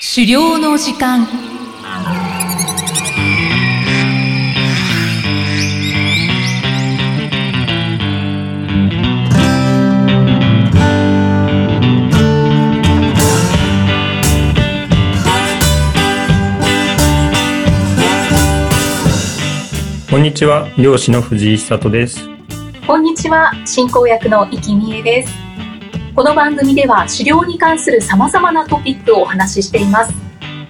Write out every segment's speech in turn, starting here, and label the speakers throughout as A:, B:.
A: 狩猟の時間
B: こんにちは、漁師の藤井久人です。
C: こんにちは、進行役の生きみえです。この番組では狩猟に関する様々なトピックをお話ししています。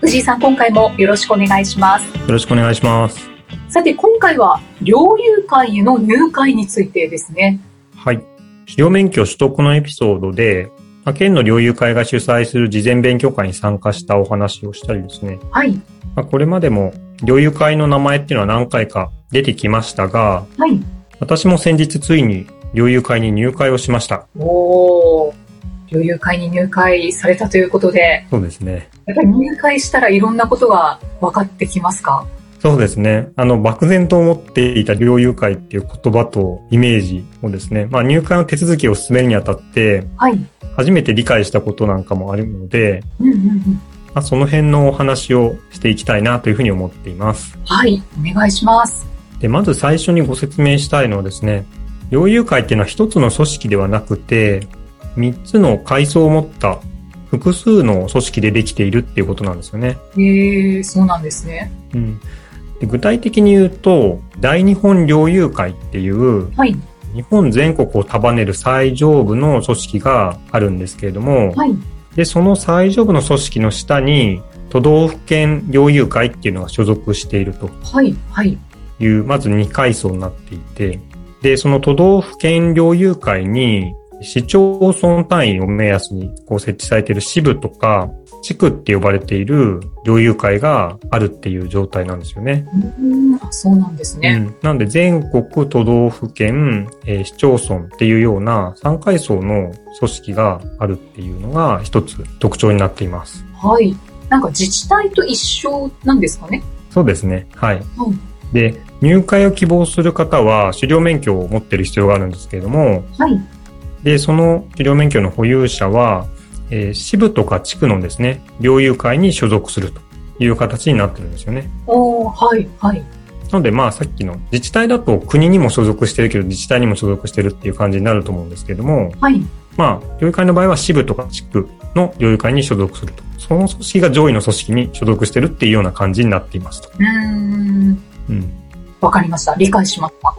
C: 藤井さん、今回もよろしくお願いします。
B: よろしくお願いします。
C: さて、今回は猟友会への入会についてですね。
B: はい。狩猟免許取得のエピソードで、まあ県の猟友会が主催する事前勉強会に参加したお話をしたりですね。
C: はい、
B: まあこれまでも猟友会の名前っていうのは何回か出てきましたが、
C: はい。
B: 私も先日ついに猟友会に入会をしました。
C: おー、猟友会に入会されたということで、
B: そうですね。
C: やっぱり入会したらいろんなことが分かってきますか
B: そうですね。あの、漠然と思っていた猟友会っていう言葉とイメージをですね、まあ入会の手続きを進めるにあたって、
C: はい。
B: 初めて理解したことなんかもあるので、
C: うんうんうん。
B: まあ、その辺のお話をしていきたいなというふうに思っています。
C: はい、お願いします。
B: で、まず最初にご説明したいのはですね、猟友会っていうのは一つの組織ではなくて、三つの階層を持った複数の組織でできているっていうことなんですよね。
C: えー、そうなんですね。
B: うん。で具体的に言うと、大日本猟友会っていう、
C: はい、
B: 日本全国を束ねる最上部の組織があるんですけれども、
C: はい。
B: で、その最上部の組織の下に、都道府県猟友会っていうのが所属していると
C: はい、はい、
B: いう、まず2階層になっていて、で、その都道府県猟友会に、市町村単位を目安にこう設置されている支部とか、地区って呼ばれている猟友会があるっていう状態なんですよね。
C: うーんあそうなんです
B: う
C: ね。
B: ん、なんで全国都道府県、えー市町村っていうような3階層の組織があるっていうのが一つ特徴になっています。
C: はい。なんか自治体と一緒なんですかね。
B: そうですね。はい。で、入会を希望する方は、狩猟免許を持ってる必要があるんですけれども、
C: はい。
B: で、その狩猟免許の保有者は、えー支部とか地区のですね、猟友会に所属するという形になってるんですよね。
C: おーはい、はい。
B: なので、まあ、さっきの自治体だと国にも所属してるけど、自治体にも所属してるっていう感じになると思うんですけれども、
C: はい。
B: まあ、猟友会の場合は支部とか地区の猟友会に所属すると。その組織が上位の組織に所属してるっていうような感じになっていますと。
C: うーん。
B: うん。
C: わかりました。理解しました。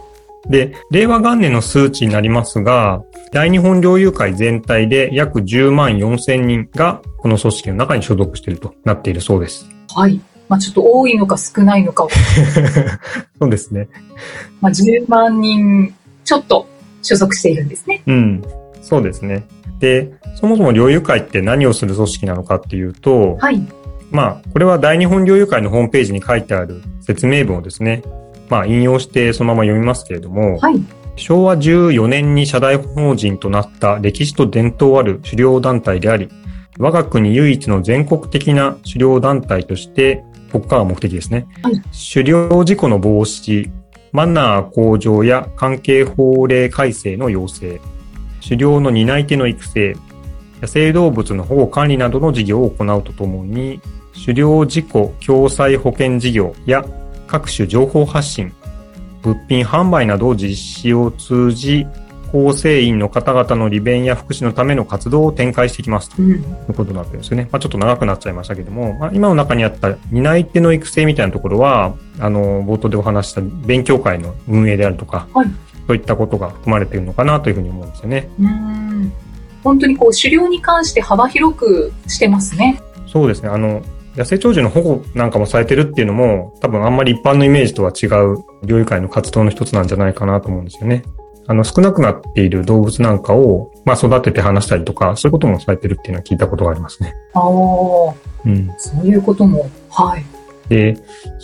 B: で、令和元年の数値になりますが、大日本領友会全体で約10万4千人がこの組織の中に所属しているとなっているそ うです。
C: はい。まあちょっと多いのか少ないのかを、
B: そうですね。
C: まあ10万人ちょっと所属しているんですね。
B: うん。そうですね。で、そもそも領友会って何をする組織なのかっていうと、
C: はい。
B: まあ、これは大日本領友会のホームページに書いてある説明文をですね、まあ、引用してそのまま読みますけれども、
C: はい。
B: 昭和14年に社大法人となった歴史と伝統ある狩猟団体であり、我が国唯一の全国的な狩猟団体として、国家が目的ですね。
C: はい
B: 狩猟事故の防止、マナー向上や関係法令改正の要請、狩猟の担い手の育成、野生動物の保護管理などの事業を行うとともに、狩猟事故共済保険事業や各種情報発信、物品販売などを実施を通じ、構成員の方々の利便や福祉のための活動を展開していきますと
C: うん。
B: いうことになってるんですよね。まあ、ちょっと長くなっちゃいましたけども、まあ、今の中にあった担い手の育成みたいなところは、あの、冒頭でお話しした勉強会の運営であるとか、
C: はい
B: そういったことが含まれているのかなというふうに思うんですよね。
C: うーん。本当にこう、狩猟に関して幅広くしてますね。
B: そうですね。あの、野生鳥獣の保護なんかもされてるっていうのも、多分あんまり一般のイメージとは違う、猟友会の活動の一つなんじゃないかなと思うんですよね。あの、少なくなっている動物なんかを、まあ、育てて話したりとか、そういうこともされてるっていうのは聞いたことがありますね。
C: ああ、そ
B: うん。
C: ういうことも。はい。
B: で、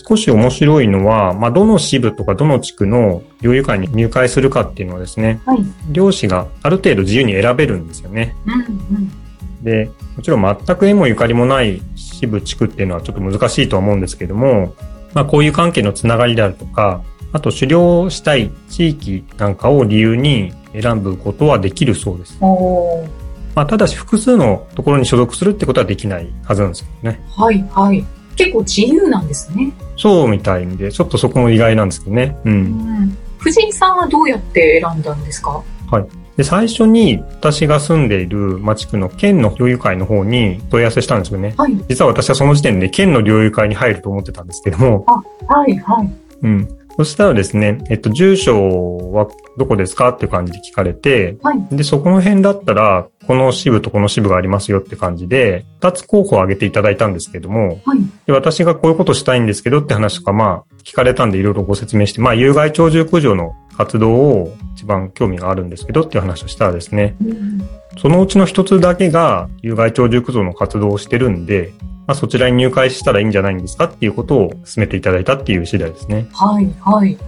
B: 少し面白いのは、まあ、どの支部とかどの地区の猟友会に入会するかっていうのはですね、
C: はい。
B: 漁師がある程度自由に選べるんですよね。
C: うん、うん。
B: で、もちろん全く縁もゆかりもない支部地区っていうのはちょっと難しいとは思うんですけども、まあこういう関係のつながりであるとか、あと狩猟したい地域なんかを理由に選ぶことはできるそうです。
C: おー
B: まあ、ただし複数のところに所属するってことはできないはずなんですよね。
C: はいはい。結構自由なんですね。
B: そうみたいんで、ちょっとそこも意外なんですけどね。う。
C: うんん。藤井さんはどうやって選んだんですか
B: で、最初に私が住んでいる町区の県の領有会の方に問い合わせしたんですよね。
C: はい。
B: 実は私はその時点で県の領有会に入ると思ってたんですけども、
C: はいはい。
B: うん。そしたらですね、えっと、住所はどこですかっていう感じで聞かれて、
C: はい。
B: で、そこの辺だったら、この支部とこの支部がありますよって感じで、二つ候補を挙げていただいたんですけども、
C: はい。
B: で私がこういうことしたいんですけどって話とか、まあ、聞かれたんでいろいろご説明して、まあ、有害鳥獣駆除の活動を一番興味があるんですけどっていう話をしたらですね、
C: うん
B: そのうちの一つだけが有害鳥獣駆除の活動をしてるんで、まあ、そちらに入会したらいいんじゃないんですかっていうことを進めていただいたっていう次第ですね。
C: はいはい。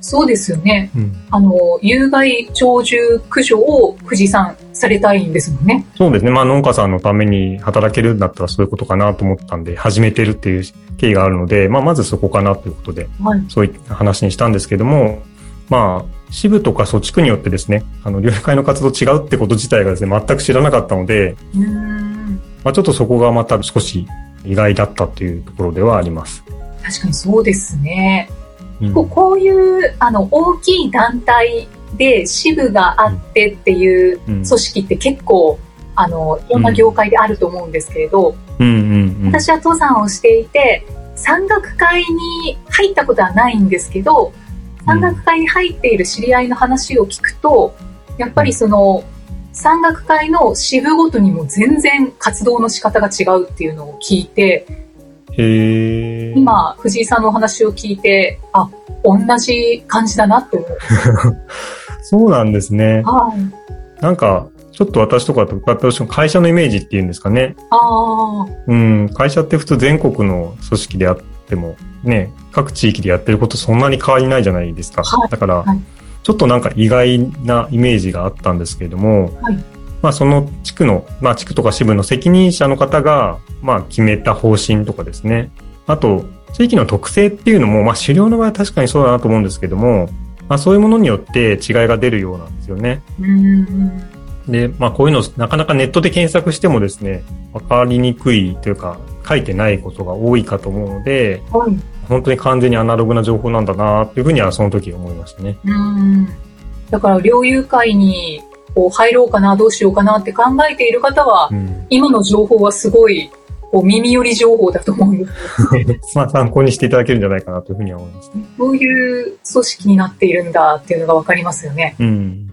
C: そうですよね。
B: うん、
C: あの、有害鳥獣駆除を藤井さんされたいんですもんね。
B: そうですね。まあ農家さんのために働けるんだったらそういうことかなと思ったんで、始めてるっていう経緯があるので、まあまずそこかなということで、
C: はい。
B: そういった話にしたんですけども、まあ、支部とか措置区によってですね、あの、領域会の活動違うってこと自体がですね、全く知らなかったので、
C: うーん。
B: まあちょっとそこがまた少し意外だったというところではあります。
C: 確かにそうですね。
B: うん
C: こうこういうあの大きい団体で支部があってっていう
B: う
C: 組
B: ん
C: 織って結構あのいろんな業界であると思うんですけれど、
B: うんうんうん。
C: 私は登山をしていて山岳会に入ったことはないんですけど山岳会に入っている知り合いの話を聞くとやっぱりその山岳会の支部ごとにも全然活動の仕方が違うっていうのを聞いて、
B: へえ。
C: 今藤井さんのお話を聞いてあ同じ感じだなって思う。
B: そうなんですね。
C: はい
B: なんか、ちょっと私とかと伺ったとしても会社のイメージっていうんですかね。
C: ああ、
B: うん、会社って普通全国の組織であっても、ね、各地域でやってることそんなに変わりないじゃないですか。
C: はい
B: だから、
C: はい
B: ちょっとなんか意外なイメージがあったんですけれども、
C: はい
B: まあその地区の、まあ地区とか支部の責任者の方が、まあ決めた方針とかですね。あと、地域の特性っていうのも、まあ狩猟の場合は確かにそうだなと思うんですけども、まあそういうものによって違いが出るようなんですよね。
C: うーん。
B: で、まあこういうのなかなかネットで検索してもですね、わかりにくいというか、書いてないことが多いかと思うので、
C: はい。う
B: 本当に完全にアナログな情報なんだなっていうふうにはその時思いましたね。
C: ーん。だから、猟友会にこう入ろうかな、どうしようかなって考えている方は、
B: うん。
C: 今の情報はすごい、こう耳寄り情報だと思 うんです。
B: まあ参考にしていただけるんじゃないかなというふうには思いますね。
C: どういう組織になっているんだっていうのがわかりますよね。
B: うん。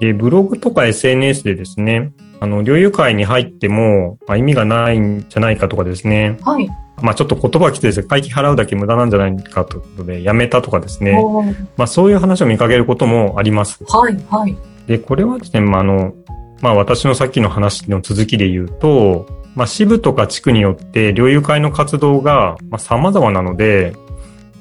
B: で、ブログとか SNS でですね、あの、領有会に入っても、まあ、意味がないんじゃないかとかですね、
C: はい。
B: まあちょっと言葉きついですね、会費払うだけ無駄なんじゃないかということで、やめたとかですね、
C: おー
B: まあそういう話を見かけることもあります。
C: はい、はい。
B: で、これはですね、まあ、あの、まあ、私のさっきの話の続きで言うと、まあ、支部とか地区によって、領有会の活動が、まあ、様々なので、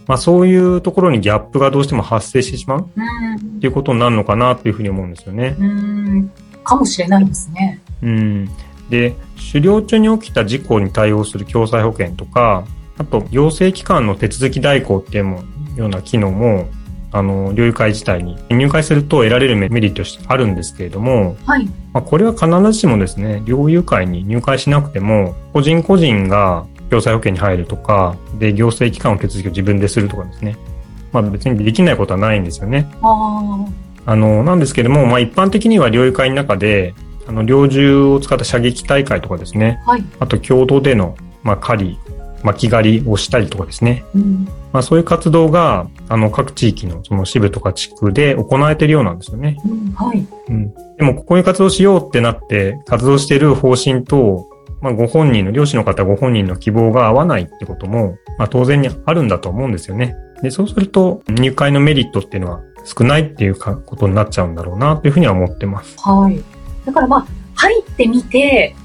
B: まあ、そういうところにギャップがどうしても発生してしまう
C: う
B: っていうことになるのかなというふうに思うんですよね。
C: ーん。うーん。かもしれないですね。
B: うん。で、狩猟中に起きた事故に対応する共済保険とか、あと、行政機関の手続き代行っていうもような機能も、あの、領有会自体に入会すると得られるメリットあるんですけれども、
C: はい。
B: まあ、これは必ずしもですね、領有会に入会しなくても、個人個人が共済保険に入るとか、で、行政機関の手続きを自分でするとかですね。まあ別にできないことはないんですよね。
C: ああ。
B: あの、なんですけども、まあ一般的には領有会の中で、あの、猟銃を使った射撃大会とかですね、
C: はい。
B: あと共同での、まあ狩り、巻き狩りをしたりとかですね、
C: うん。
B: まあそういう活動が、あの、各地域のその支部とか地区で行われているようなんですよね。
C: うん。はい。
B: うん、でも、こういう活動しようってなって、活動してる方針と、まあ、ご本人の、漁師の方ご本人の希望が合わないってことも、まあ、当然にあるんだと思うんですよね。で、そうすると、入会のメリットっていうのは少ないっていうかことになっちゃうんだろうな、というふうには思ってます。
C: はい。だからまあ、入ってみて、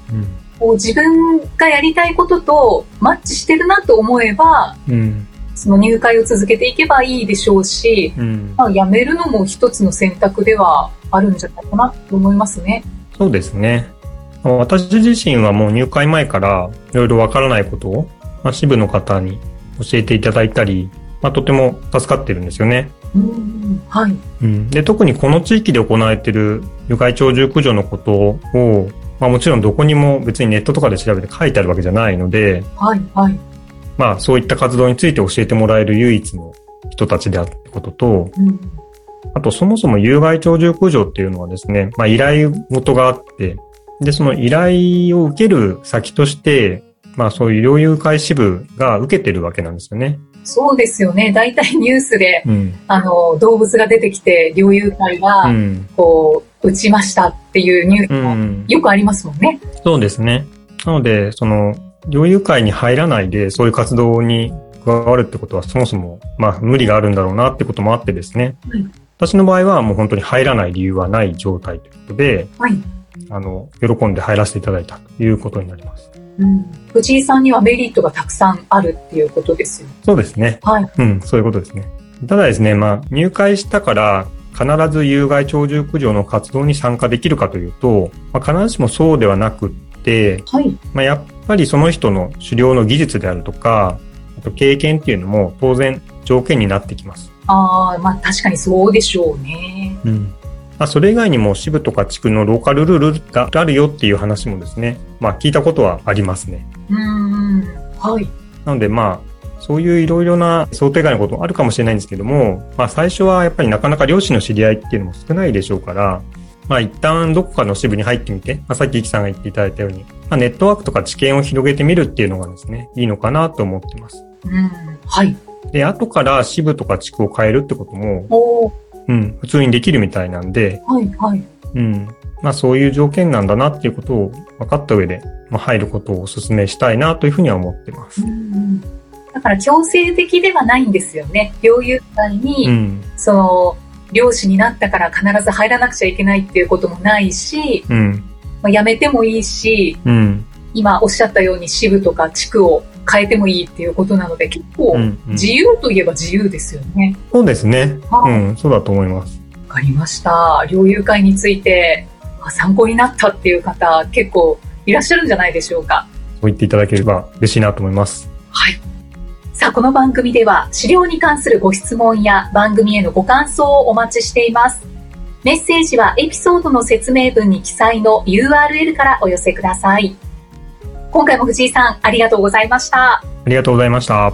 B: う
C: こう自分がやりたいこととマッチしてるなと思えば、
B: ん。うん。
C: その入会を続けていけばいいでしょうし、
B: うん。
C: まあ、辞めるのも一つの選択ではあるんじゃないかなと思いますね。
B: そうですね。私自身はもう入会前からいろいろわからないことを、まあ、支部の方に教えていただいたり、まあ、とても助かってるんですよね。
C: うん、はい。
B: うん、で特にこの地域で行われている有害鳥獣駆除のことを、まあまあ、もちろんどこにも別にネットとかで調べて書いてあるわけじゃないので、
C: はい、はい。
B: まあ、そういった活動について教えてもらえる唯一の人たちであるってことと、
C: うん。
B: あとそもそも有害鳥獣駆除っていうのはですね、まあ、依頼事があって、で、その依頼を受ける先として、まあそういう猟友会支部が受けてるわけなんですよね。
C: そうですよね。大体ニュースで、
B: うん。
C: あの、動物が出てきて、猟友会
B: う
C: が、
B: ん。
C: こう、撃ちましたっていうニュ
B: う
C: ースも、
B: ん。
C: よくありますもんね。
B: そうですね。なので、その、猟友会に入らないでそういう活動に加わるってことはそもそも、まあ無理があるんだろうなってこともあってですね。
C: うん
B: 私の場合はもう本当に入らない理由はない状態ということで、
C: はい。
B: あの、喜んで入らせていただいたということになります。
C: うん。藤井さんにはメリットがたくさんあるっていうことですよ。
B: そうですね。
C: はい。
B: うん、そういうことですね。ただですね、まあ、入会したから、必ず有害鳥獣駆除の活動に参加できるかというと、まあ、必ずしもそうではなくって、
C: はい。
B: まあ、やっぱりその人の狩猟の技術であるとか、あと経験っていうのも当然条件になってきます。
C: ああ、まあ確かにそうでしょうね。
B: うん。まあ、それ以外にも支部とか地区のローカルルールがあるよっていう話もですね、まあ聞いたことはありますね。
C: うーん。はい。
B: なのでまあ、そういういろいろな想定外のことあるかもしれないんですけども、まあ最初はやっぱりなかなか両親の知り合いっていうのも少ないでしょうから、まあ一旦どこかの支部に入ってみて、まあさっきイキさんが言っていただいたように、まあネットワークとか知見を広げてみるっていうのがですね、いいのかなと思ってます。
C: うん。はい。
B: で、後から支部とか地区を変えるってことも、
C: おー
B: うん、普通にできるみたいなんで、
C: はい、はい。
B: うん、まあそういう条件なんだなっていうことを分かった上で、まあ入ることをお勧めしたいなというふうには思ってま
C: う
B: す。
C: んうん。だから強制的ではないんですよね。猟友会に、
B: うん、
C: その、漁師になったから必ず入らなくちゃいけないっていうこともないし、
B: うん、
C: まあ、辞めてもいいし、
B: うん、
C: 今おっしゃったように支部とか地区を変えてもいいっていうことなので、結構
B: うん、うん。
C: 自由といえば自由ですよね。
B: そうですね。
C: は
B: う
C: い
B: ん、そうだと思います。
C: わかりました。猟友会についてあ参考になったっていう方、結構いらっしゃるんじゃないでしょうか。
B: そう言っていただければ嬉しいなと思います。
C: はい。さあ、この番組では、資料に関するご質問や番組へのご感想をお待ちしています。メッセージはエピソードの説明文に記載の URL からお寄せください。今回も藤井さん、ありがとうございました。
B: ありがとうございました。